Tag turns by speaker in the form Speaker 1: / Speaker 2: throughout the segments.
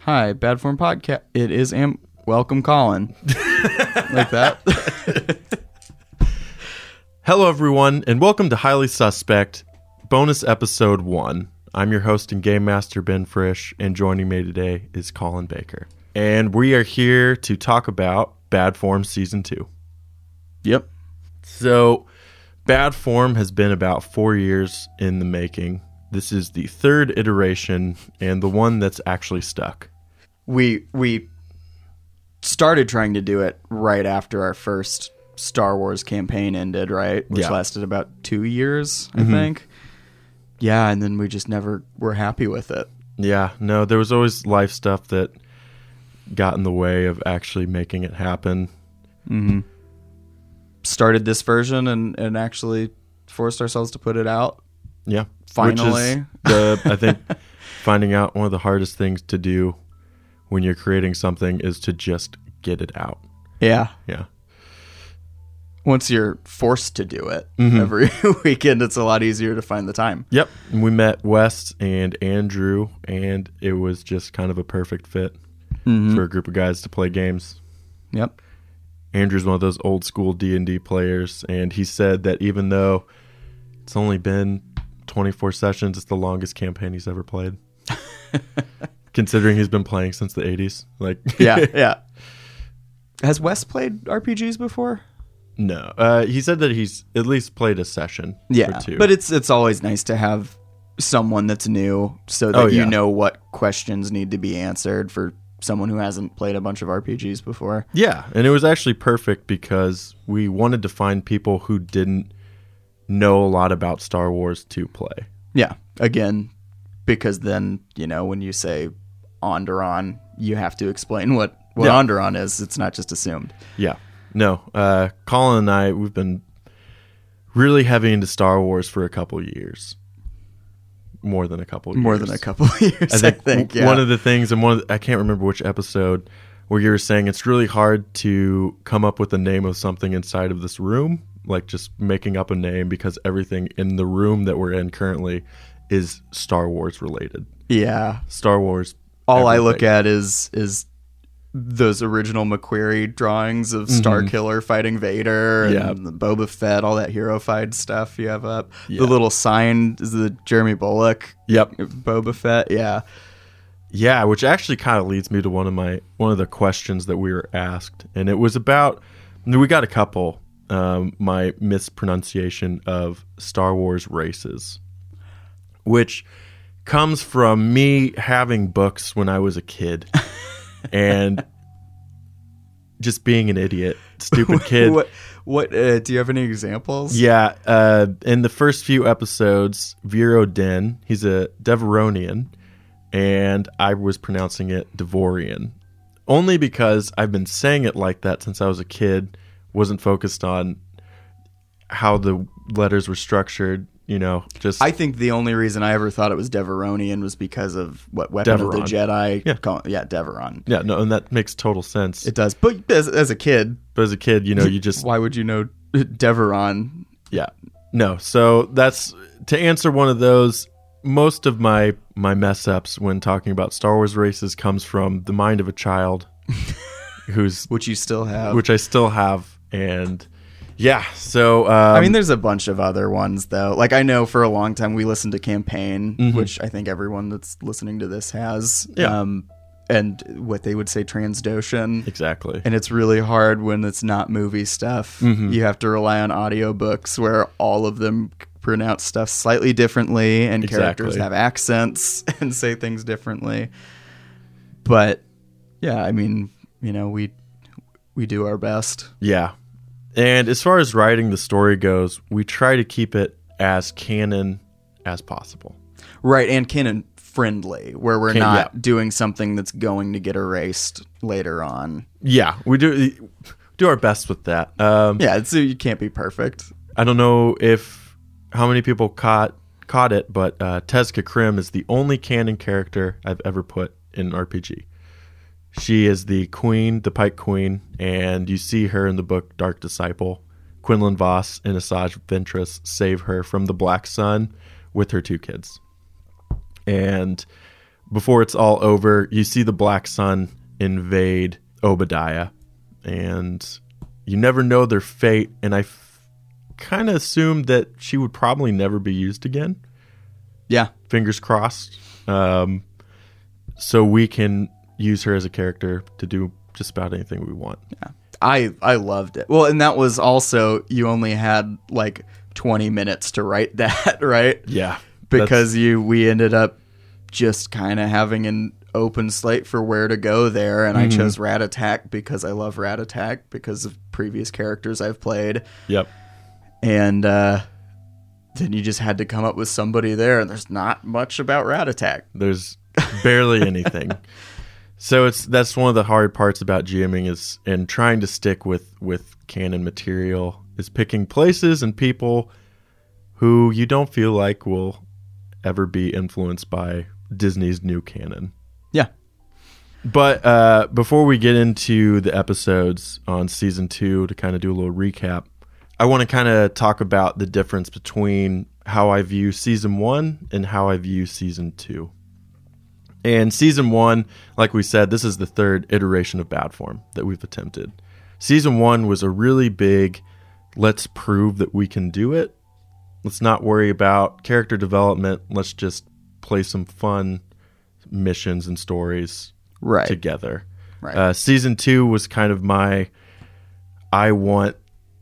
Speaker 1: Hi, Bad Form Podcast. It is Am. Welcome, Colin. like that.
Speaker 2: Hello, everyone, and welcome to Highly Suspect, bonus episode one. I'm your host and game master, Ben Frisch, and joining me today is Colin Baker. And we are here to talk about Bad Form Season 2.
Speaker 1: yep.
Speaker 2: So, Bad Form has been about four years in the making. This is the third iteration and the one that's actually stuck.
Speaker 1: We we started trying to do it right after our first Star Wars campaign ended, right? Which
Speaker 2: Yeah.
Speaker 1: lasted about two years, I think. Yeah, and then we just never were happy with it.
Speaker 2: Yeah, no, there was always life stuff that got in the way of actually making it happen.
Speaker 1: Started this version and and actually forced ourselves to put it out.
Speaker 2: Yeah. Which is
Speaker 1: Finally.
Speaker 2: the I think finding out one of the hardest things to do when you're creating something is to just get it out.
Speaker 1: Yeah.
Speaker 2: Yeah.
Speaker 1: Once you're forced to do it every weekend, it's a lot easier to find the time.
Speaker 2: Yep. And we met Wes and Andrew and it was just kind of a perfect fit for a group of guys to play games.
Speaker 1: Yep.
Speaker 2: Andrew's one of those old school D&D players and he said that even though it's only been 24 sessions, it's the longest campaign he's ever played. Considering he's been playing since the 80s, like
Speaker 1: Yeah. yeah. Has Wes played RPGs before?
Speaker 2: No. Uh, he said that he's at least played a session.
Speaker 1: Yeah,
Speaker 2: Or two.
Speaker 1: but it's it's always nice to have someone that's new so that
Speaker 2: Oh, yeah.
Speaker 1: you know what questions need to be answered for someone who hasn't played a bunch of RPGs before.
Speaker 2: yeah, and it was actually perfect because we wanted to find people who didn't know a lot about Star Wars to play.
Speaker 1: Yeah, again, because then you know when you say Onderon, you have to explain what what
Speaker 2: Yeah.
Speaker 1: Onderon is. It's not just assumed.
Speaker 2: Yeah. No. Uh, Colin and I, we've been really heavy into Star Wars for a couple years. More than a couple.
Speaker 1: More
Speaker 2: years.
Speaker 1: than a couple of years, I think.
Speaker 2: w-
Speaker 1: yeah.
Speaker 2: one of the things, and one of the, I can't remember which episode, where you were saying it's really hard to come up with the name of something inside of this room, like just making up a name because everything in the room that we're in currently is Star Wars related.
Speaker 1: yeah.
Speaker 2: Star Wars.
Speaker 1: All I
Speaker 2: everything.
Speaker 1: look at is is those original McQuarrie drawings of Star Killer fighting Vader and
Speaker 2: Mm-hmm. Yeah.
Speaker 1: the Boba Fett, all that hero fied stuff you have up.
Speaker 2: Yeah.
Speaker 1: The little sign is the Jeremy Bullock
Speaker 2: Yep.
Speaker 1: Boba Fett. Yeah.
Speaker 2: Yeah, which actually kind of leads me to one of my one of the questions that we were asked, and it was about we got a couple. Um, my mispronunciation of Star Wars races, which comes from me having books when I was a kid, and just being an idiot, stupid kid.
Speaker 1: What what uh, do you have any examples?
Speaker 2: Yeah, uh, in the first few episodes, Vero Din, he's a Deveronian, and I was pronouncing it Devorian. Only because I've been saying it like that since I was a kid, wasn't focused on how the letters were structured, you know, just
Speaker 1: I think the only reason I ever thought it was Deveronian was because of what Weapon of the
Speaker 2: Deveron.
Speaker 1: Jedi.
Speaker 2: Yeah.
Speaker 1: call- yeah Deveron.
Speaker 2: yeah, no, and that makes total sense.
Speaker 1: It does. But as, as a kid,
Speaker 2: but as a kid, you know, you just
Speaker 1: why would you know Deveron?
Speaker 2: Yeah. No. So that's to answer one of those. Most of my my mess ups when talking about Star Wars races comes from the mind of a child, who's
Speaker 1: Which you still have.
Speaker 2: which I still have, and yeah. So um,
Speaker 1: I mean, there's a bunch of other ones though. Like I know for a long time we listened to Campaign, which I think everyone that's listening to this has.
Speaker 2: Mm-hmm. Yeah.
Speaker 1: Um, and what they would say Transdotion.
Speaker 2: exactly.
Speaker 1: And it's really hard when it's not movie stuff.
Speaker 2: Mm-hmm.
Speaker 1: You have to rely on audiobooks where all of them pronounce stuff slightly differently and characters
Speaker 2: Exactly.
Speaker 1: have accents and say things differently. But yeah, I mean, you know, we we do our best.
Speaker 2: Yeah. And as far as writing the story goes, we try to keep it as canon as possible.
Speaker 1: Right, and canon friendly, where we're
Speaker 2: Can-
Speaker 1: not doing something that's going to get erased later on.
Speaker 2: Yeah, we do do our best with that. Um,
Speaker 1: Yeah, so you can't be perfect.
Speaker 2: I don't know if how many people caught caught it, but uh, Tezka Krim is the only canon character I've ever put in an RPG. She is the queen, the Pike Queen, and you see her in the book Dark Disciple. Quinlan Voss and Asajj Ventress save her from the Black Sun with her two kids. And before it's all over, you see the Black Sun invade Obadiah, and you never know their fate. And I f- kind of assumed that she would probably never be used again.
Speaker 1: Yeah.
Speaker 2: Fingers crossed. Um, so we can use her as a character to do just about anything we want.
Speaker 1: I I loved it. Well, and that was also you only had like 20 minutes to write that, right?
Speaker 2: Yeah,
Speaker 1: Because you we ended up just kind of having an open slate for where to go there and I chose Rat Attack because I love Rat Attack because of previous characters I've played
Speaker 2: yep.
Speaker 1: and uh then you just had to come up with somebody there and there's not much about Rat Attack.
Speaker 2: There's barely anything. so it's that's one of the hard parts about GMing is and trying to stick with with canon material is picking places and people who you don't feel like will ever be influenced by Disney's new canon.
Speaker 1: Yeah.
Speaker 2: But uh, before we get into the episodes on season two to kind of do a little recap, I want to kind of talk about the difference between how I view season one and how I view season two. And season one, like we said, this is the third iteration of bad form that we've attempted. Season one was a really big let's prove that we can do it. Let's not worry about character development. Let's just play some fun missions and stories
Speaker 1: Right.
Speaker 2: together.
Speaker 1: Right.
Speaker 2: Uh, season two was kind of my I want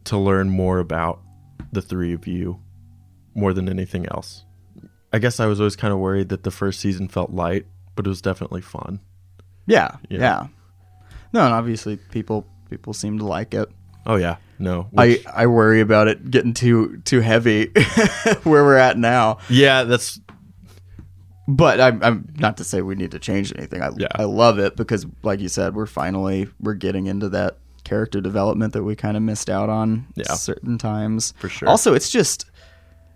Speaker 2: to learn more about the three of you more than anything else. I guess I was always kind of worried that the first season felt light, but it was definitely fun.
Speaker 1: yeah.
Speaker 2: Yeah.
Speaker 1: Yeah. No, and obviously people people seem to like it.
Speaker 2: Oh yeah, no,
Speaker 1: I,
Speaker 2: which-
Speaker 1: I worry about it getting too too heavy where we're at now.
Speaker 2: yeah, that's
Speaker 1: But I'm, I'm not to say we need to change anything. I
Speaker 2: Yeah.
Speaker 1: I love it because, like you said, we're finally we're getting into that character development that we kind of missed out on
Speaker 2: Yeah.
Speaker 1: certain times.
Speaker 2: For sure.
Speaker 1: Also, it's just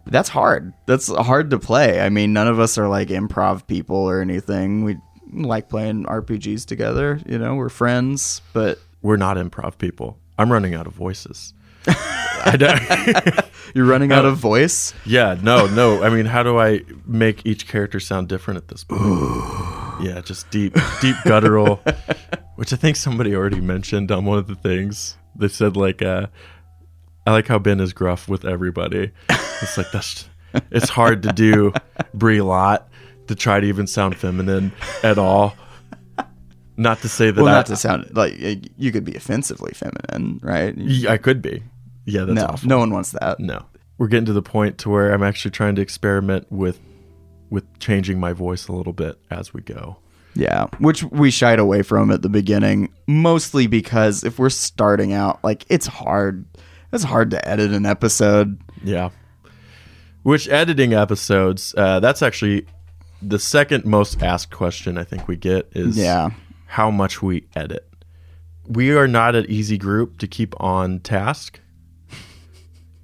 Speaker 1: that's hard. That's hard to play. I mean, none of us are like improv people or anything. We like playing RPGs together. You know, we're friends, but
Speaker 2: we're not improv people. I'm running out of voices. I don't.
Speaker 1: you're running out of voice.
Speaker 2: yeah, no, no. I mean, how do I make each character sound different at this point? yeah, just deep, deep guttural, which I think somebody already mentioned on one of the things. They said like, uh, I like how Ben is gruff with everybody. It's like that's it's hard to do Brie Lot to try to even sound feminine at all. Not to say that
Speaker 1: Well,
Speaker 2: I,
Speaker 1: not to sound like you could be offensively feminine, right?
Speaker 2: Yeah, I could be. Yeah, that's
Speaker 1: no,
Speaker 2: awful.
Speaker 1: no one wants that.
Speaker 2: No. We're getting to the point to where I'm actually trying to experiment with with changing my voice a little bit as we go.
Speaker 1: Yeah, which we shied away from at the beginning, mostly because if we're starting out, like it's hard. It's hard to edit an episode.
Speaker 2: Yeah. Which editing episodes, uh, that's actually the second most asked question I think we get is
Speaker 1: Yeah.
Speaker 2: how much we edit. We are not an easy group to keep on task.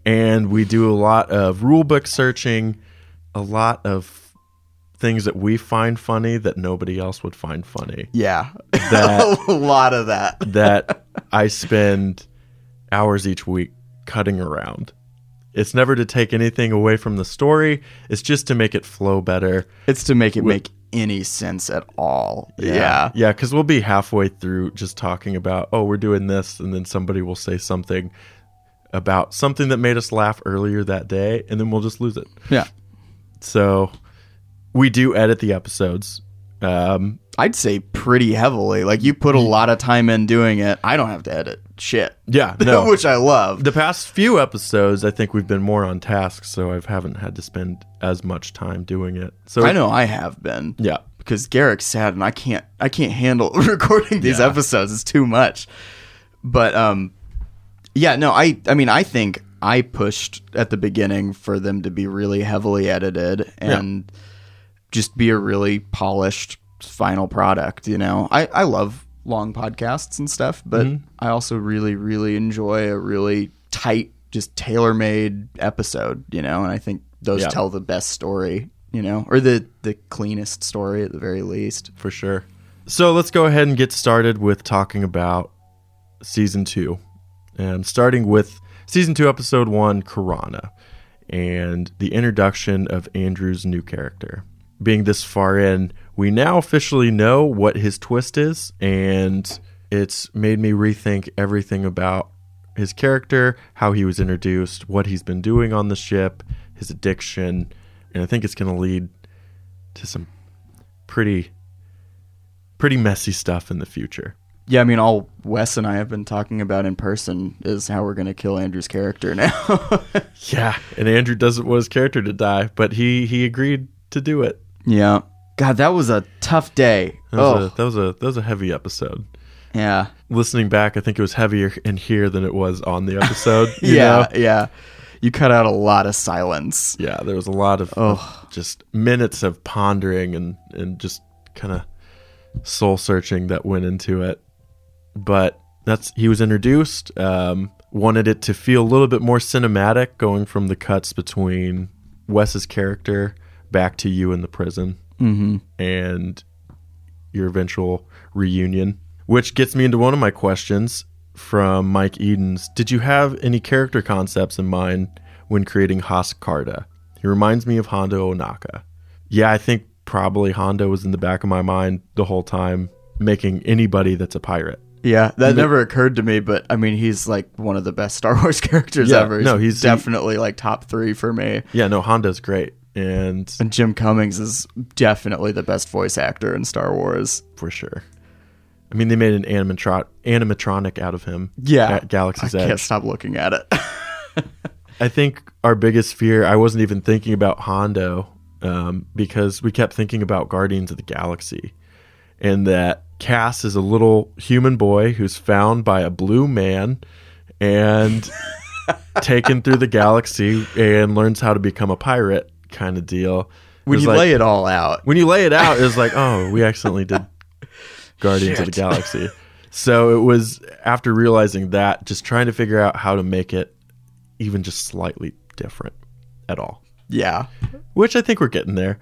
Speaker 2: And we do a lot of rule book searching, a lot of things that we find funny that nobody else would find funny.
Speaker 1: Yeah,
Speaker 2: That-
Speaker 1: a lot of that.
Speaker 2: that I spend hours each week cutting around. It's never to take anything away from the story, it's just to make it flow better.
Speaker 1: It's to make it make any sense at all. Yeah,
Speaker 2: Yeah, because we'll be halfway through just talking about, oh, we're doing this. And then somebody will say something about something that made us laugh earlier that day. And then we'll just lose it.
Speaker 1: yeah.
Speaker 2: So we do edit the episodes. Um,
Speaker 1: I'd say pretty heavily. Like you put a lot of time in doing it. I don't have to edit shit,
Speaker 2: yeah, no.
Speaker 1: which I love.
Speaker 2: the past few episodes, I think we've been more on task, so I haven't had to spend as much time doing it. So
Speaker 1: I know I have been.
Speaker 2: Yeah,
Speaker 1: because Garrick's sad and I can't I can't handle recording these episodes. It's too much. But um yeah, no, I I mean I think I pushed at the beginning for them to be really heavily edited and just be a really polished final product, you know. I I love long podcasts and stuff, but
Speaker 2: Mm-hmm.
Speaker 1: I also really really enjoy a really tight just tailor-made episode, you know, and I think those
Speaker 2: Yeah.
Speaker 1: tell the best story, you know, or the the cleanest story at the very least.
Speaker 2: for sure. So let's go ahead and get started with talking about season two, and starting with season two, episode one, Karana, and the introduction of Andrew's new character. being this far in, we now officially know what his twist is, and it's made me rethink everything about his character, how he was introduced, what he's been doing on the ship, his addiction, and I think it's going to lead to some pretty pretty messy stuff in the future.
Speaker 1: Yeah, I mean, all Wes and I have been talking about in person is how we're going to kill Andrew's character now.
Speaker 2: Yeah, and Andrew doesn't want his character to die, but he he agreed to do it.
Speaker 1: yeah. God, that was a tough day.
Speaker 2: That
Speaker 1: oh,
Speaker 2: was, a, that was a that was a heavy episode.
Speaker 1: yeah.
Speaker 2: Listening back, I think it was heavier in here than it was on the episode. you
Speaker 1: Yeah,
Speaker 2: know?
Speaker 1: yeah. You cut out a lot of silence.
Speaker 2: yeah. There was a lot of
Speaker 1: Oh.
Speaker 2: just minutes of pondering and and just kind of soul searching that went into it. But that's he was introduced. Um, wanted it to feel a little bit more cinematic, going from the cuts between Wes's character back to you in the prison.
Speaker 1: Mm-hmm.
Speaker 2: and your eventual reunion. Which gets me into one of my questions from Mike Edens. Did you have any character concepts in mind when creating Haskarda? He reminds me of Hondo Onaka. Yeah, I think probably Hondo was in the back of my mind the whole time, making anybody that's a pirate.
Speaker 1: Yeah, that never occurred to me, but I mean, he's like one of the best Star Wars characters
Speaker 2: Yeah,
Speaker 1: ever.
Speaker 2: no, he's-
Speaker 1: definitely like top three for me.
Speaker 2: Yeah, no, Hondo's great. And
Speaker 1: And Jim Cummings is definitely the best voice actor in Star Wars.
Speaker 2: for sure. I mean, they made an animatron- animatronic out of him
Speaker 1: Yeah,
Speaker 2: at Galaxy's
Speaker 1: I
Speaker 2: Edge.
Speaker 1: can't stop looking at it.
Speaker 2: I think our biggest fear, I wasn't even thinking about Hondo um, because we kept thinking about Guardians of the Galaxy and that Cass is a little human boy who's found by a blue man and taken through the galaxy and learns how to become a pirate kind of deal.
Speaker 1: when
Speaker 2: It's
Speaker 1: you
Speaker 2: like-
Speaker 1: lay it all out,
Speaker 2: when you lay it out, it's like, oh, we accidentally did Guardians of the
Speaker 1: Shit.
Speaker 2: Galaxy. So it was after realizing that, just trying to figure out how to make it even just slightly different at all.
Speaker 1: yeah,
Speaker 2: Which I think we're getting there.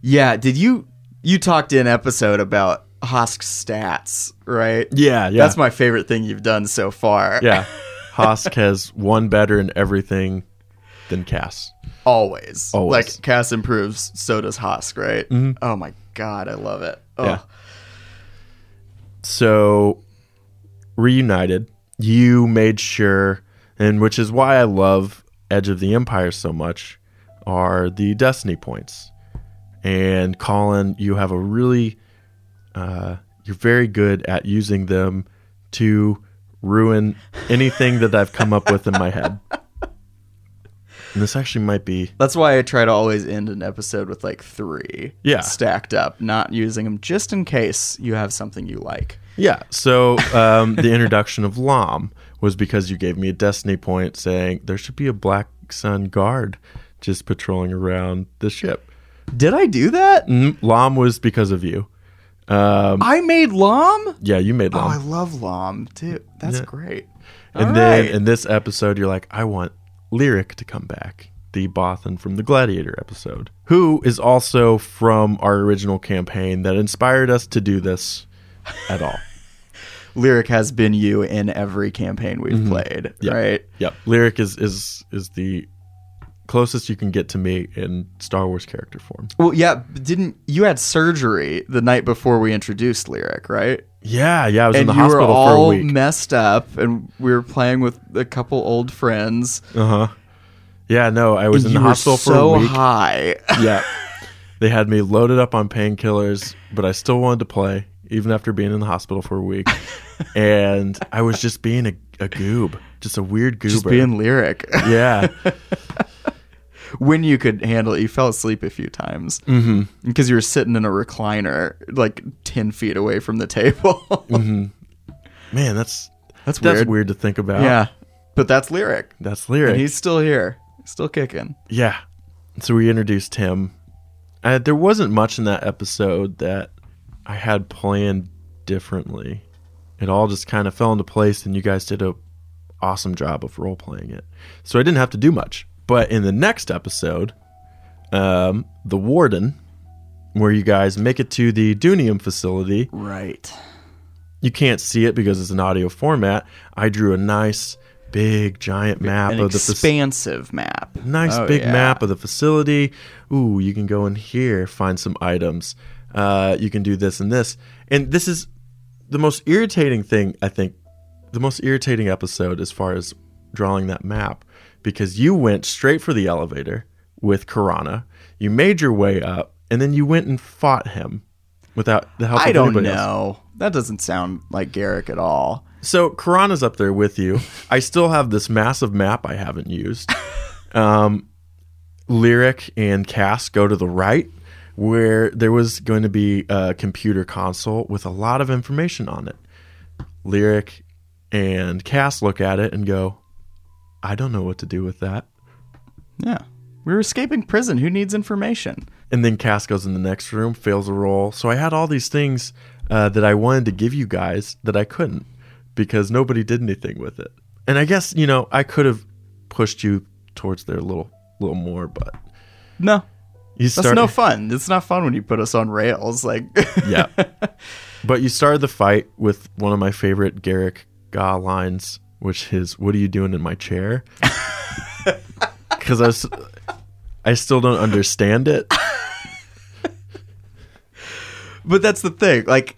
Speaker 1: yeah. Did you you talked in episode about Hosk stats, right?
Speaker 2: Yeah, yeah.
Speaker 1: That's my favorite thing you've done so far.
Speaker 2: yeah. Hosk has one better in everything than Cass.
Speaker 1: always.
Speaker 2: Always.
Speaker 1: Like Cass improves, so does Hosk, right? Oh my god, I love it. Oh.
Speaker 2: Yeah. so reunited you made sure and which is why i love edge of the empire so much are the destiny points and colin you have a really uh, you're very good at using them to ruin anything that i've come up with in my head and this actually might be
Speaker 1: That's why I try to always end an episode with like three
Speaker 2: Yeah.
Speaker 1: stacked up, not using them just in case you have something you like.
Speaker 2: Yeah. So um, the introduction of Lom was because you gave me a destiny point saying there should be a Black Sun guard just patrolling around the ship.
Speaker 1: Did I do that?
Speaker 2: Mm, Lom was because of you. Um,
Speaker 1: I made Lom?
Speaker 2: yeah, you made
Speaker 1: Oh, I
Speaker 2: Lom.
Speaker 1: love Lom, dude. That's great.
Speaker 2: and
Speaker 1: Oh, All
Speaker 2: then
Speaker 1: right.
Speaker 2: in this episode, you're like, I want Lyric to come back, the Bothan from the Gladiator episode, who is also from our original campaign that inspired us to do this at all.
Speaker 1: Lyric has been you in every campaign we've played,
Speaker 2: Mm-hmm. Yeah.
Speaker 1: right?
Speaker 2: Yep. Lyric is is is the closest you can get to me in Star Wars character form.
Speaker 1: Well, yeah, but didn't you had surgery the night before we introduced Lyric, right?
Speaker 2: Yeah, yeah. I was in
Speaker 1: and
Speaker 2: the
Speaker 1: you were
Speaker 2: hospital for a
Speaker 1: all
Speaker 2: week.
Speaker 1: messed up, and we were playing with a couple old friends.
Speaker 2: uh huh. Yeah, no, I was in
Speaker 1: you
Speaker 2: the
Speaker 1: were
Speaker 2: hospital for
Speaker 1: so
Speaker 2: a week.
Speaker 1: high.
Speaker 2: Yeah. They had me loaded up on painkillers, but I still wanted to play, even after being in the hospital for a week. and I was just being a, a goob. Just a weird goober.
Speaker 1: Just being lyric.
Speaker 2: yeah.
Speaker 1: when you could handle it, you fell asleep a few times mm-hmm. because you were sitting in a recliner, like ten feet away from the table.
Speaker 2: Mm-hmm. Man, that's
Speaker 1: That's
Speaker 2: that's
Speaker 1: weird.
Speaker 2: weird to think about.
Speaker 1: Yeah, but that's lyric,
Speaker 2: That's lyric.
Speaker 1: and he's still here, still kicking.
Speaker 2: Yeah. So we introduced him. Uh, there wasn't much in that episode that I had planned differently. It all just kind of fell into place, and you guys did a awesome job of role playing it. So I didn't have to do much. But in the next episode, um, the warden, where you guys make it to the Dunium facility,
Speaker 1: Right.
Speaker 2: you can't see it because it's an audio format. I drew a nice big giant map
Speaker 1: An
Speaker 2: of the fac-
Speaker 1: expansive map.
Speaker 2: Oh, nice
Speaker 1: Oh,
Speaker 2: big
Speaker 1: yeah.
Speaker 2: map of the facility. Ooh, you can go in here, find some items. Uh, you can do this and this. And this is the most irritating thing, I think, the most irritating episode as far as drawing that map because you went straight for the elevator with Karana. You made your way up and then you went and fought him without the help
Speaker 1: I
Speaker 2: of
Speaker 1: don't
Speaker 2: anybody
Speaker 1: know.
Speaker 2: else.
Speaker 1: That doesn't sound like Garrick at all.
Speaker 2: So Karana's up there with you. I still have this massive map I haven't used. Um, Lyric and Cass go to the right, where there was going to be a computer console with a lot of information on it. Lyric and Cass look at it and go, "I don't know what to do with that."
Speaker 1: Yeah. We were escaping prison. Who needs information?
Speaker 2: And then Cass goes in the next room, fails a roll. So I had all these things uh, that I wanted to give you guys that I couldn't because nobody did anything with it. And I guess you know I could have pushed you towards there a little, little more, but
Speaker 1: No.
Speaker 2: you
Speaker 1: That's
Speaker 2: start.
Speaker 1: no fun. It's not fun when you put us on rails. Like,
Speaker 2: yeah, but you started the fight with one of my favorite Garrick Ga lines, which is "What are you doing in my chair?" Because I was, I still don't understand it.
Speaker 1: but that's the thing. Like,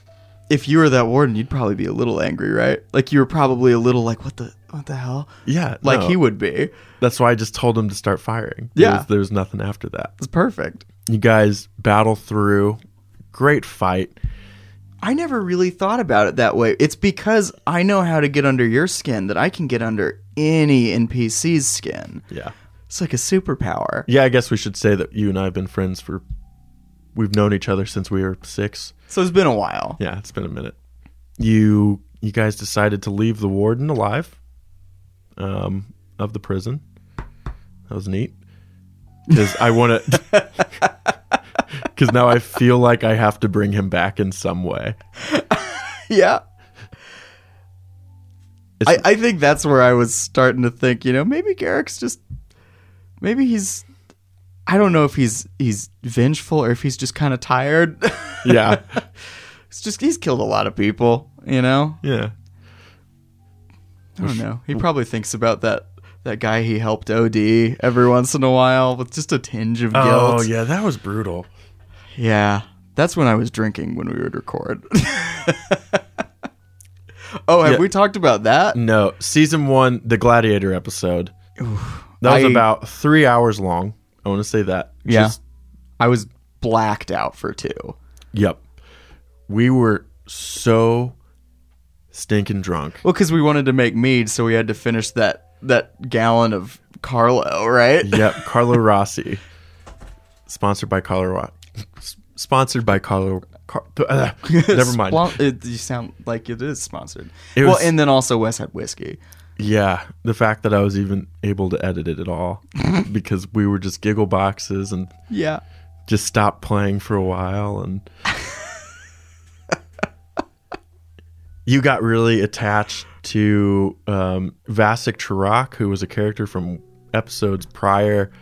Speaker 1: if you were that warden, you'd probably be a little angry, right? Like, you were probably a little like, what the, what the hell?
Speaker 2: Yeah,
Speaker 1: Like
Speaker 2: no.
Speaker 1: he would be.
Speaker 2: That's why I just told him to start firing. There
Speaker 1: Yeah.
Speaker 2: was- there was nothing after that.
Speaker 1: It's perfect.
Speaker 2: You guys battle through. Great fight.
Speaker 1: I never really thought about it that way. It's because I know how to get under your skin that I can get under any NPC's skin.
Speaker 2: Yeah.
Speaker 1: It's like a superpower.
Speaker 2: Yeah, I guess we should say that you and I have been friends for. We've known each other since we were six.
Speaker 1: So it's been a while.
Speaker 2: Yeah, it's been a minute. You you guys decided to leave the warden alive, um, of the prison. That was neat. Because I want to. Because now I feel like I have to bring him back in some way.
Speaker 1: Yeah. I,
Speaker 2: It's-
Speaker 1: I think that's where I was starting to think, you know, maybe Garrick's just maybe he's I don't know if he's he's vengeful or if he's just kind of tired.
Speaker 2: Yeah.
Speaker 1: it's just he's killed a lot of people, you know.
Speaker 2: Yeah.
Speaker 1: I don't know. He probably thinks about that that guy he helped OD every once in a while with just a tinge of guilt.
Speaker 2: Oh, yeah. That was brutal.
Speaker 1: Yeah, that's when I was drinking when we would record. oh, have
Speaker 2: Yeah.
Speaker 1: we talked about that?
Speaker 2: No, season one, the Gladiator episode. that was
Speaker 1: I-
Speaker 2: about three hours long. I want to say that.
Speaker 1: Yeah.
Speaker 2: Just-
Speaker 1: I was blacked out for two.
Speaker 2: yep. We were so stinking drunk.
Speaker 1: Well, because we wanted to make mead, so we had to finish that that gallon of Carlo, right?
Speaker 2: Yep. Carlo Rossi, sponsored by Carlo. Ro- s- Sponsored by Carlo. Car- uh, never mind.
Speaker 1: Splon- it, you sound like it is sponsored.
Speaker 2: It
Speaker 1: well,
Speaker 2: was-
Speaker 1: and then also West Side Whiskey.
Speaker 2: Yeah, the fact that I was even able to edit it at all because we were just giggle boxes and
Speaker 1: Yeah.
Speaker 2: just stopped playing for a while and you got really attached to um, Vasek Chirac, who was a character from episodes prior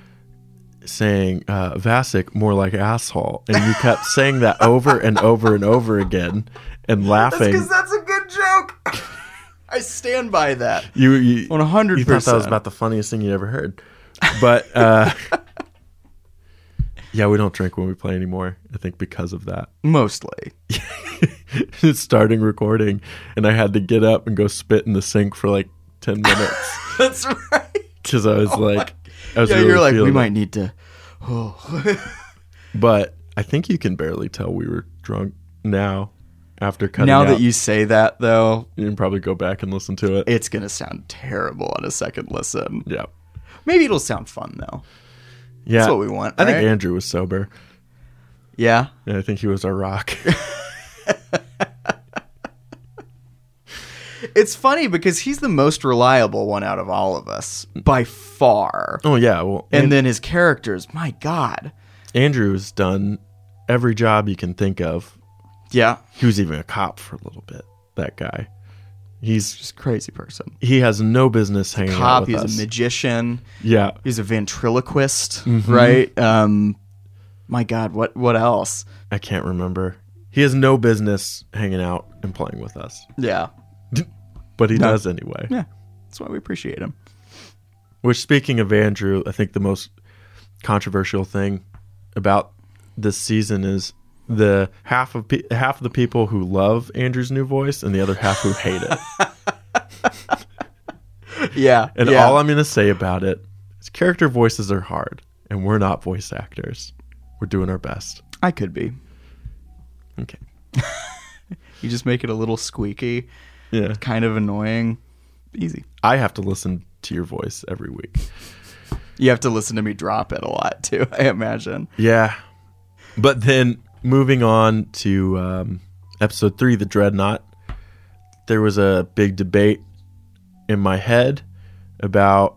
Speaker 2: saying uh, Vasek more like asshole and you kept saying that over and over and over again and laughing
Speaker 1: that's a good joke. I stand by that.
Speaker 2: you, you
Speaker 1: One hundred
Speaker 2: you thought that was
Speaker 1: percent.
Speaker 2: about the funniest thing you ever heard but uh, yeah we don't drink when we play anymore I think because of that
Speaker 1: Mostly.
Speaker 2: starting recording and I had to get up and go spit in the sink for like 10 minutes
Speaker 1: That's right.
Speaker 2: because I was like, I was
Speaker 1: Oh Yeah,
Speaker 2: really
Speaker 1: you're like, we
Speaker 2: feeling it."
Speaker 1: might need to. Oh.
Speaker 2: But I think you can barely tell we were drunk now after cutting
Speaker 1: now that
Speaker 2: out.
Speaker 1: you say that, though,
Speaker 2: you can probably go back and listen to it.
Speaker 1: it's going to sound terrible on a second listen.
Speaker 2: yeah.
Speaker 1: Maybe it'll sound fun, though.
Speaker 2: Yeah.
Speaker 1: That's what we want.
Speaker 2: I think
Speaker 1: right?
Speaker 2: Andrew was sober.
Speaker 1: yeah.
Speaker 2: And I think he was our rock.
Speaker 1: It's funny because he's the most reliable one out of all of us by far.
Speaker 2: oh, yeah. Well,
Speaker 1: And
Speaker 2: and
Speaker 1: then his characters, my God.
Speaker 2: Andrew's done every job you can think of.
Speaker 1: Yeah.
Speaker 2: He was even a cop for a little bit, that guy. He's
Speaker 1: Just crazy person.
Speaker 2: he has no business hanging out
Speaker 1: Cop,
Speaker 2: with
Speaker 1: he's
Speaker 2: us.
Speaker 1: a magician.
Speaker 2: yeah,
Speaker 1: He's a ventriloquist, right? Um, my God, what what else?
Speaker 2: I can't remember. He has no business hanging out and playing with us,
Speaker 1: Yeah,
Speaker 2: but he does anyway.
Speaker 1: Yeah. That's why we appreciate him.
Speaker 2: Which, speaking of Andrew, I think the most controversial thing about this season is the half of pe- half of the people who love Andrew's new voice and the other half who hate it.
Speaker 1: Yeah.
Speaker 2: And
Speaker 1: yeah.
Speaker 2: all I'm going to say about it is character voices are hard, and we're not voice actors. We're doing our best.
Speaker 1: I could be.
Speaker 2: Okay.
Speaker 1: You just make it a little squeaky,
Speaker 2: Yeah.
Speaker 1: kind of annoying. Easy.
Speaker 2: I have to listen to your voice every week.
Speaker 1: You have to listen to me drop it a lot too, I imagine.
Speaker 2: Yeah. But then moving on to um, episode three, The Dreadnought, there was a big debate in my head about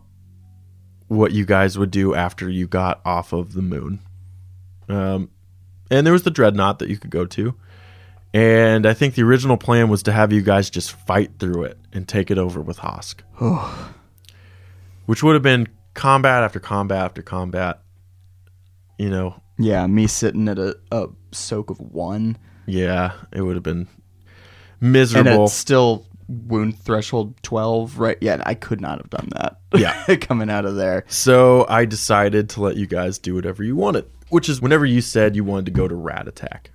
Speaker 2: what you guys would do after you got off of the moon. Um, and there was the Dreadnought that you could go to. And I think the original plan was to have you guys just fight through it and take it over with Hosk. Which would have been combat after combat after combat. You know,
Speaker 1: Yeah, me sitting at a, a soak of one
Speaker 2: Yeah, it would have been
Speaker 1: and
Speaker 2: miserable.
Speaker 1: it's still wound threshold 12, right? Yeah, I could not have done that.
Speaker 2: Yeah.
Speaker 1: Coming out of there.
Speaker 2: So I decided to let you guys do whatever you wanted, which is whenever you said you wanted to go to Rat Attack.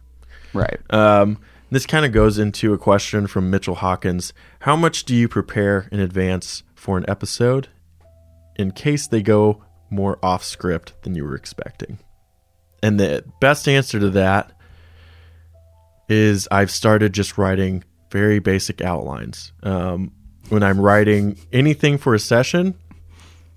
Speaker 1: Right.
Speaker 2: Um, this kind of goes into a question from Mitchell Hawkins How much do you prepare in advance for an episode in case they go more off script than you were expecting? And the best answer to that is I've started just writing very basic outlines. Um, when I'm writing anything for a session,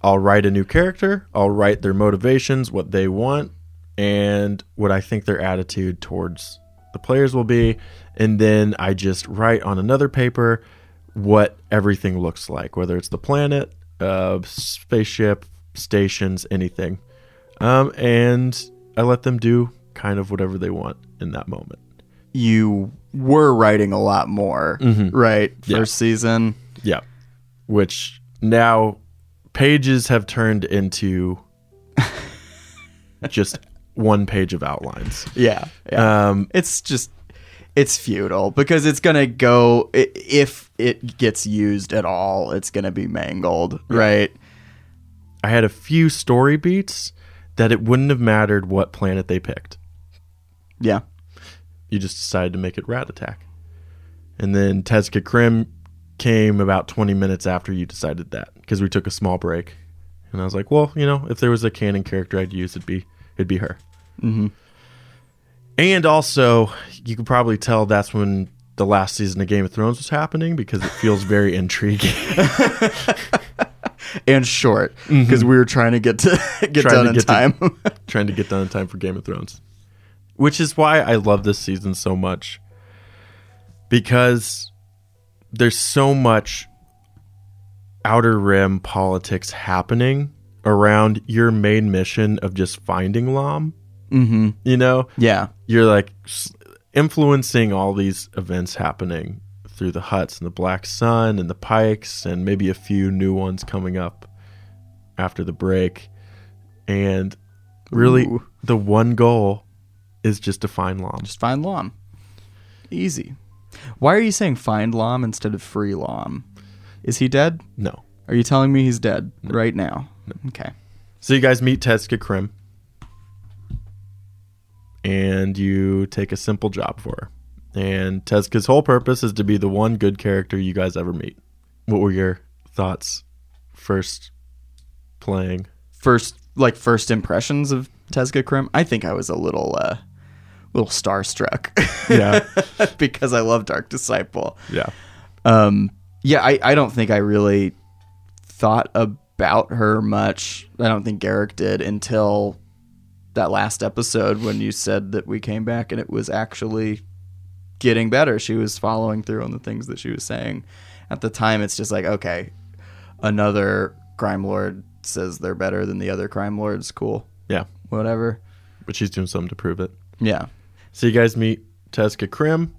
Speaker 2: I'll write a new character, I'll write their motivations, what they want, and what I think their attitude towards the players will be. And then I just write on another paper what everything looks like, whether it's the planet, uh, spaceship, stations, anything. Um, and I let them do kind of whatever they want in that moment.
Speaker 1: You were writing a lot more, right? First
Speaker 2: Mm-hmm. Yeah.
Speaker 1: season.
Speaker 2: Yeah. Which now pages have turned into just one page of outlines.
Speaker 1: Yeah. Yeah.
Speaker 2: Um,
Speaker 1: it's just it's futile because it's gonna go i- if it gets used at all it's gonna be mangled right
Speaker 2: I had a few story beats that it wouldn't have mattered what planet they picked.
Speaker 1: yeah
Speaker 2: You just decided to make it Rat Attack. And then Tezca Krim came about 20 minutes after you decided that because we took a small break. And I was like, well, you know, if there was a canon character I'd use, it'd be it'd be her. And also, you could probably tell that's when the last season of Game of Thrones was happening because it feels very intriguing.
Speaker 1: and short because we were trying to get to get
Speaker 2: Mm-hmm. Trying
Speaker 1: done
Speaker 2: to
Speaker 1: in
Speaker 2: get to-
Speaker 1: time
Speaker 2: trying to get done in time for Game of Thrones, which is why I love this season so much because there's so much outer rim politics happening around your main mission of just finding Lom.
Speaker 1: mm-hmm.
Speaker 2: You know,
Speaker 1: yeah
Speaker 2: you're like s- influencing all these events happening through the huts and the black sun and the pikes and maybe a few new ones coming up after the break and really
Speaker 1: Ooh.
Speaker 2: the one goal is just to find lom
Speaker 1: just find lom easy why are you saying find lom instead of free lom is he dead
Speaker 2: no
Speaker 1: are you telling me he's dead right now okay
Speaker 2: so you guys meet tezka krim and you take a simple job for her and tezka's whole purpose is to be the one good character you guys ever meet what were your thoughts first playing
Speaker 1: first like first impressions of Tezca Krim, I think I was a little uh little starstruck.
Speaker 2: Yeah.
Speaker 1: because I love Dark Disciple.
Speaker 2: Yeah.
Speaker 1: Um yeah, I, I don't think I really thought about her much. I don't think Garrick did until that last episode when you said that we came back and it was actually getting better. She was following through on the things that she was saying. At the time, it's just like, okay, another crime lord says they're better than the other crime lords. Cool.
Speaker 2: Yeah.
Speaker 1: Whatever.
Speaker 2: But she's doing something to prove it.
Speaker 1: Yeah.
Speaker 2: So you guys meet Tezka Krim.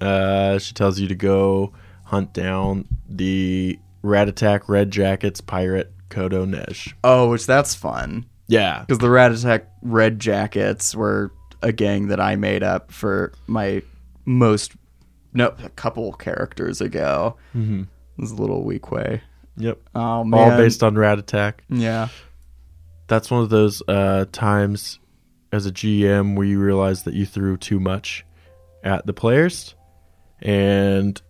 Speaker 2: Uh, she tells you to go hunt down the Rat Attack Red Jackets pirate Kodo Nesh.
Speaker 1: Oh, which that's fun.
Speaker 2: Yeah.
Speaker 1: Because the Rat Attack Red Jackets were a gang that I made up for my most, no, a couple characters ago. This is a little weak way.
Speaker 2: Yep.
Speaker 1: Oh man.
Speaker 2: All based on Rat Attack.
Speaker 1: Yeah.
Speaker 2: That's one of those uh, times as a GM where you realize that you threw too much at the players and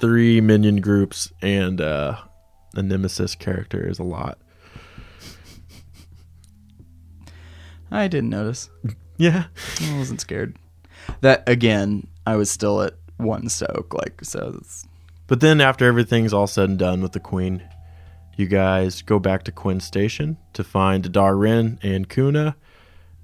Speaker 2: three minion groups and uh, a nemesis character is a lot.
Speaker 1: I didn't notice.
Speaker 2: Yeah.
Speaker 1: I wasn't scared. That again, I was still at one soak, like so. It's,
Speaker 2: But then after everything's all said and done with the queen, you guys go back to Quinn Station to find Darren and Kuna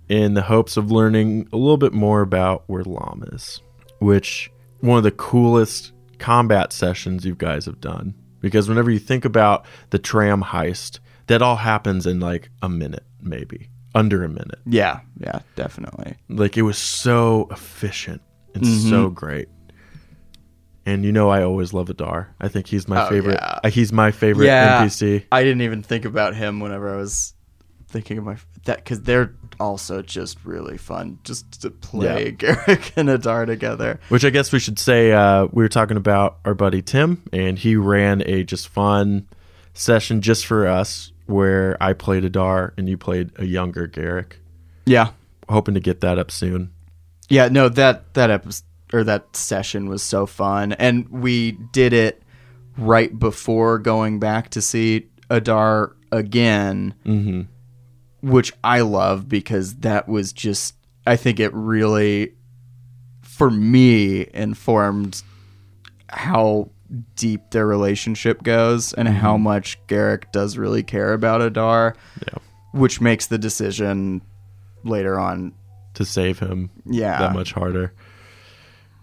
Speaker 2: in the hopes of learning a little bit more about where Lam is, which one of the coolest combat sessions you guys have done. Because whenever you think about the tram heist, that all happens in like a minute, maybe under a minute.
Speaker 1: yeah, yeah, definitely.
Speaker 2: Like it was so efficient and so
Speaker 1: Mm-hmm.
Speaker 2: great. And you know I always love Adar. I think he's my
Speaker 1: Oh,
Speaker 2: favorite.
Speaker 1: yeah.
Speaker 2: uh, He's my favorite
Speaker 1: Yeah,
Speaker 2: NPC.
Speaker 1: I didn't even think about him whenever I was thinking of my that because they're also just really fun just to play Garrick and Adar together.
Speaker 2: Which I guess we should say uh, we were talking about our buddy Tim, and he ran a just fun session just for us where I played Adar and you played a younger Garrick.
Speaker 1: Yeah,
Speaker 2: Hoping to get that up soon.
Speaker 1: Yeah, no, that that episode or that session was so fun, and we did it right before going back to see Adar again,
Speaker 2: Mhm.
Speaker 1: which I love because that was just I think it really for me informed how deep their relationship goes and how much Garrick does really care about Adar,
Speaker 2: Mm-hmm. Yeah.
Speaker 1: which makes the decision later on.
Speaker 2: To save him
Speaker 1: Yeah,
Speaker 2: that much harder.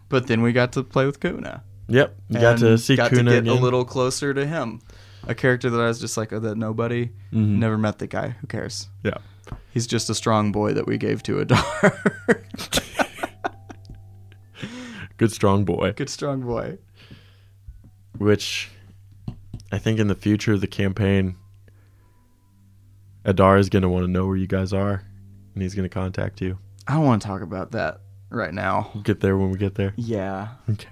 Speaker 1: but then we got to play with Kuna.
Speaker 2: Yep. You got to
Speaker 1: and
Speaker 2: see
Speaker 1: got
Speaker 2: Kuna
Speaker 1: to get
Speaker 2: again.
Speaker 1: a little closer to him, a character that I was just like, oh, that nobody, never met the guy. Who cares?
Speaker 2: Mm-hmm. yeah.
Speaker 1: He's just a strong boy that we gave to Adar.
Speaker 2: Good strong boy.
Speaker 1: Good strong boy.
Speaker 2: which I think in the future of the campaign, Adar is going to want to know where you guys are, and he's going to contact you.
Speaker 1: I don't want to talk about that right now.
Speaker 2: We'll get there when we get there.
Speaker 1: Yeah,
Speaker 2: Okay.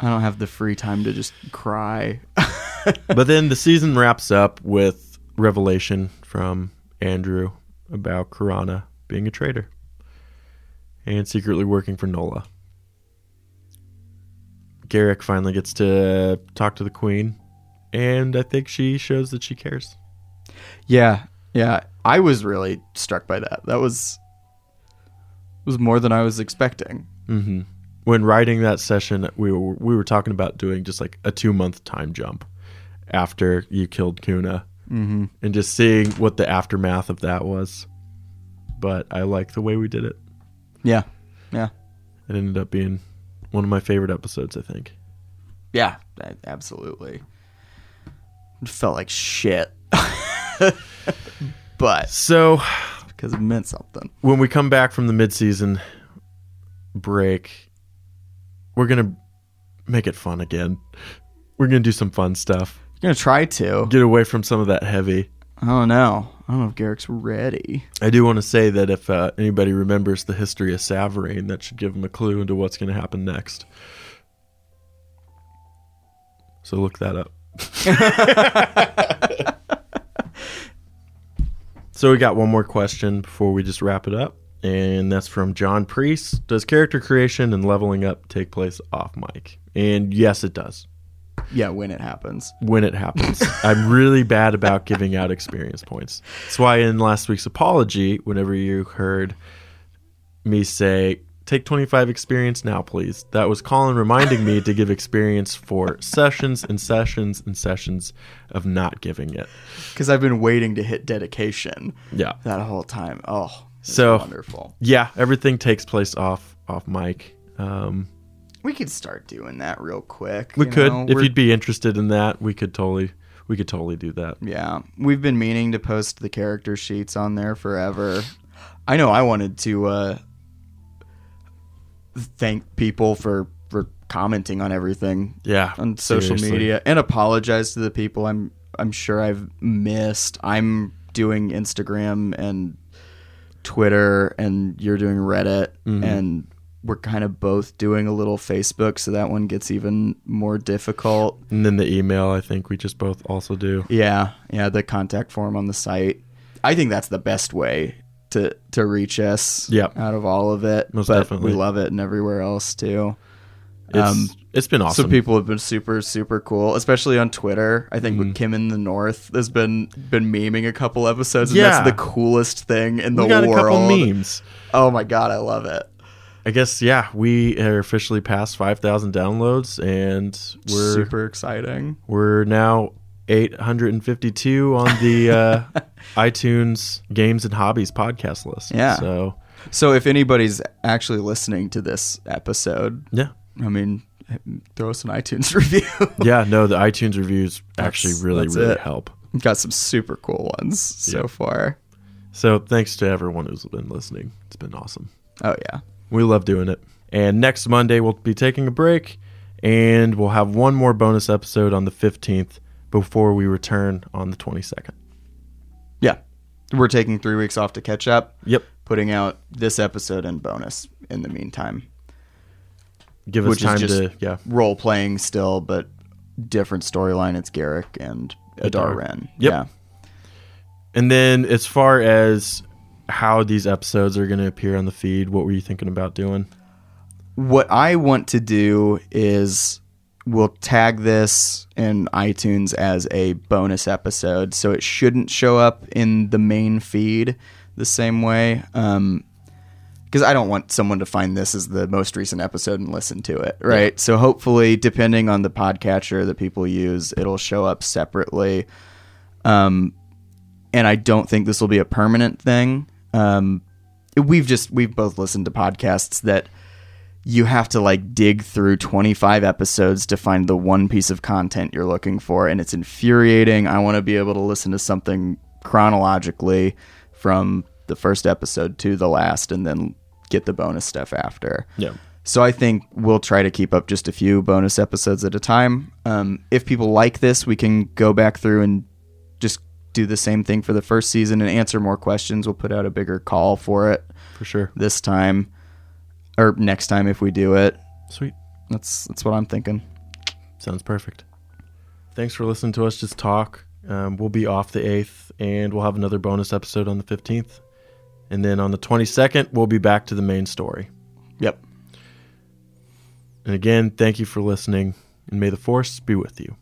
Speaker 1: I don't have the free time to just cry.
Speaker 2: but then the season wraps up with revelation from Andrew about Karana being a traitor and secretly working for Nola. Garrick finally gets to talk to the queen, and I think she shows that she cares.
Speaker 1: yeah, yeah. I was really struck by that. That was was more than I was expecting.
Speaker 2: hmm When writing that session, we were we were talking about doing just like a two month time jump after you killed Kuna,
Speaker 1: Mm-hmm.
Speaker 2: and just seeing what the aftermath of that was. But I like the way we did it.
Speaker 1: Yeah, yeah,
Speaker 2: It ended up being one of my favorite episodes. I think.
Speaker 1: yeah. I- Absolutely. It felt like shit, but
Speaker 2: So
Speaker 1: because it meant something.
Speaker 2: when we come back from the mid season break, we're gonna make it fun again. We're gonna do some fun stuff.
Speaker 1: You're gonna try to.
Speaker 2: Get away from some of that heavy.
Speaker 1: I don't know. I don't know if Garrick's ready.
Speaker 2: I do want to say that if uh, anybody remembers the history of Savarine, that should give them a clue into what's going to happen next. So look that up. so we got one more question before we just wrap it up, and that's from John Priest. Does character creation and leveling up take place off mic? And yes, it does
Speaker 1: Yeah, when it happens.
Speaker 2: when it happens. I'm really bad about giving out experience points. That's why in last week's apology, whenever you heard me say, take 25 experience now, please, that was Colin reminding me to give experience for sessions and sessions and sessions of not giving it.
Speaker 1: Because I've been waiting to hit dedication
Speaker 2: Yeah.
Speaker 1: that whole time. Oh, it's
Speaker 2: So-
Speaker 1: wonderful.
Speaker 2: Yeah, everything takes place off off mic. Um,
Speaker 1: We could start doing that real quick.
Speaker 2: we
Speaker 1: you
Speaker 2: could,
Speaker 1: know?
Speaker 2: if
Speaker 1: We're-
Speaker 2: you'd be interested in that, we could totally we could totally do that.
Speaker 1: Yeah, we've been meaning to post the character sheets on there forever. I know I wanted to uh, thank people for for commenting on everything
Speaker 2: Yeah,
Speaker 1: on social
Speaker 2: seriously.
Speaker 1: media and apologize to the people I'm I'm sure I've missed. I'm doing Instagram and Twitter and you're doing Reddit and we're kind of both doing a little Facebook, so that one gets even more difficult.
Speaker 2: And then the email, I think we just both also do.
Speaker 1: Yeah, yeah, the contact form on the site. I think that's the best way to to reach us.
Speaker 2: Yep.
Speaker 1: out of all of it,
Speaker 2: Most
Speaker 1: but
Speaker 2: definitely.
Speaker 1: we love it and everywhere else too.
Speaker 2: It's,
Speaker 1: Um,
Speaker 2: it's been awesome.
Speaker 1: So people have been super super cool, especially on Twitter. I think
Speaker 2: Mm-hmm.
Speaker 1: with Kim in the North has been been memeing a couple episodes, and
Speaker 2: Yeah.
Speaker 1: that's the coolest thing in the
Speaker 2: we got
Speaker 1: world.
Speaker 2: a couple memes.
Speaker 1: Oh my god, I love it.
Speaker 2: I guess yeah, we are officially past five thousand downloads, and we're
Speaker 1: super exciting.
Speaker 2: we're now eight hundred and fifty-two on the uh, iTunes Games and Hobbies podcast list.
Speaker 1: Yeah.
Speaker 2: So
Speaker 1: So if anybody's actually listening to this episode,
Speaker 2: yeah,
Speaker 1: I mean, throw us an iTunes review.
Speaker 2: yeah. No, the iTunes reviews actually
Speaker 1: That's-
Speaker 2: really
Speaker 1: that's
Speaker 2: really
Speaker 1: it.
Speaker 2: help.
Speaker 1: We've got some super cool ones so
Speaker 2: Yeah.
Speaker 1: far.
Speaker 2: So thanks to everyone who's been listening. It's been awesome.
Speaker 1: Oh yeah.
Speaker 2: We love doing it. And next Monday, we'll be taking a break and we'll have one more bonus episode on the 15th before we return on the 22nd.
Speaker 1: Yeah. We're taking three weeks off to catch up,
Speaker 2: Yep.
Speaker 1: putting out this episode and bonus in the meantime.
Speaker 2: Give us
Speaker 1: Which is
Speaker 2: time
Speaker 1: just-
Speaker 2: to, yeah.
Speaker 1: Role playing still, but different storyline. It's Garrick and
Speaker 2: Adar.
Speaker 1: Adar Ren.
Speaker 2: Yep.
Speaker 1: Yeah.
Speaker 2: And then as far as how these episodes are going to appear on the feed, what were you thinking about doing?
Speaker 1: what I want to do is we'll tag this in iTunes as a bonus episode, so it shouldn't show up in the main feed the same way. Um, because I don't want someone to find this as the most recent episode and listen to it, right? So hopefully, depending on the podcatcher that people use, it'll show up separately. Um, and I don't think this will be a permanent thing. Um, we've just we've both listened to podcasts that you have to like dig through 25 episodes to find the one piece of content you're looking for and it's infuriating i want to be able to listen to something chronologically from the first episode to the last and then get the bonus stuff after
Speaker 2: Yeah.
Speaker 1: so I think we'll try to keep up just a few bonus episodes at a time. Um, if people like this, we can go back through and just do the same thing for the first season and answer more questions. We'll put out a bigger call for it
Speaker 2: For sure.
Speaker 1: this time or next time if we do it.
Speaker 2: Sweet.
Speaker 1: That's that's what I'm thinking.
Speaker 2: Sounds perfect. Thanks for listening to us just talk. Um, we'll be off the 8th and we'll have another bonus episode on the 15th. And then on the 22nd, we'll be back to the main story.
Speaker 1: Yep.
Speaker 2: And again, thank you for listening, and may the force be with you.